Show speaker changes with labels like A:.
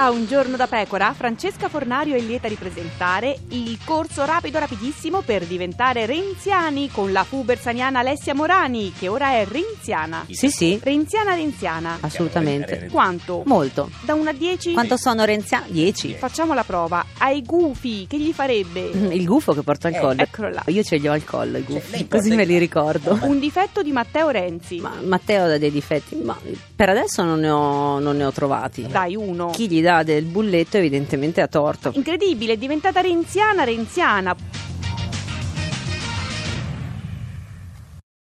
A: A un giorno da pecora, Francesca Fornario è lieta di presentare il corso rapido rapidissimo per diventare renziani con la fu bersaniana Alessia Morani, che ora è renziana.
B: Sì, sì,
A: Renziana renziana.
B: assolutamente.
A: Quanto?
B: Molto.
A: Da 1 a 10?
B: Quanto sono Renziani? 10.
A: Facciamo la prova. Ai gufi, che gli farebbe?
B: Mm, Il gufo che porto al
C: Eh,
B: collo.
A: Eccolo là.
B: Io ce li ho al collo i
C: Cioè, lei
B: gufi,
C: porta
B: così
C: i-
B: me li ricordo.
A: Un difetto di Matteo Renzi.
B: Ma Matteo ha dei difetti, ma per adesso non ne ho, non ne ho trovati.
A: Dai, uno.
B: Chi gli dà del bulletto evidentemente ha torto.
A: Incredibile, è diventata renziana renziana.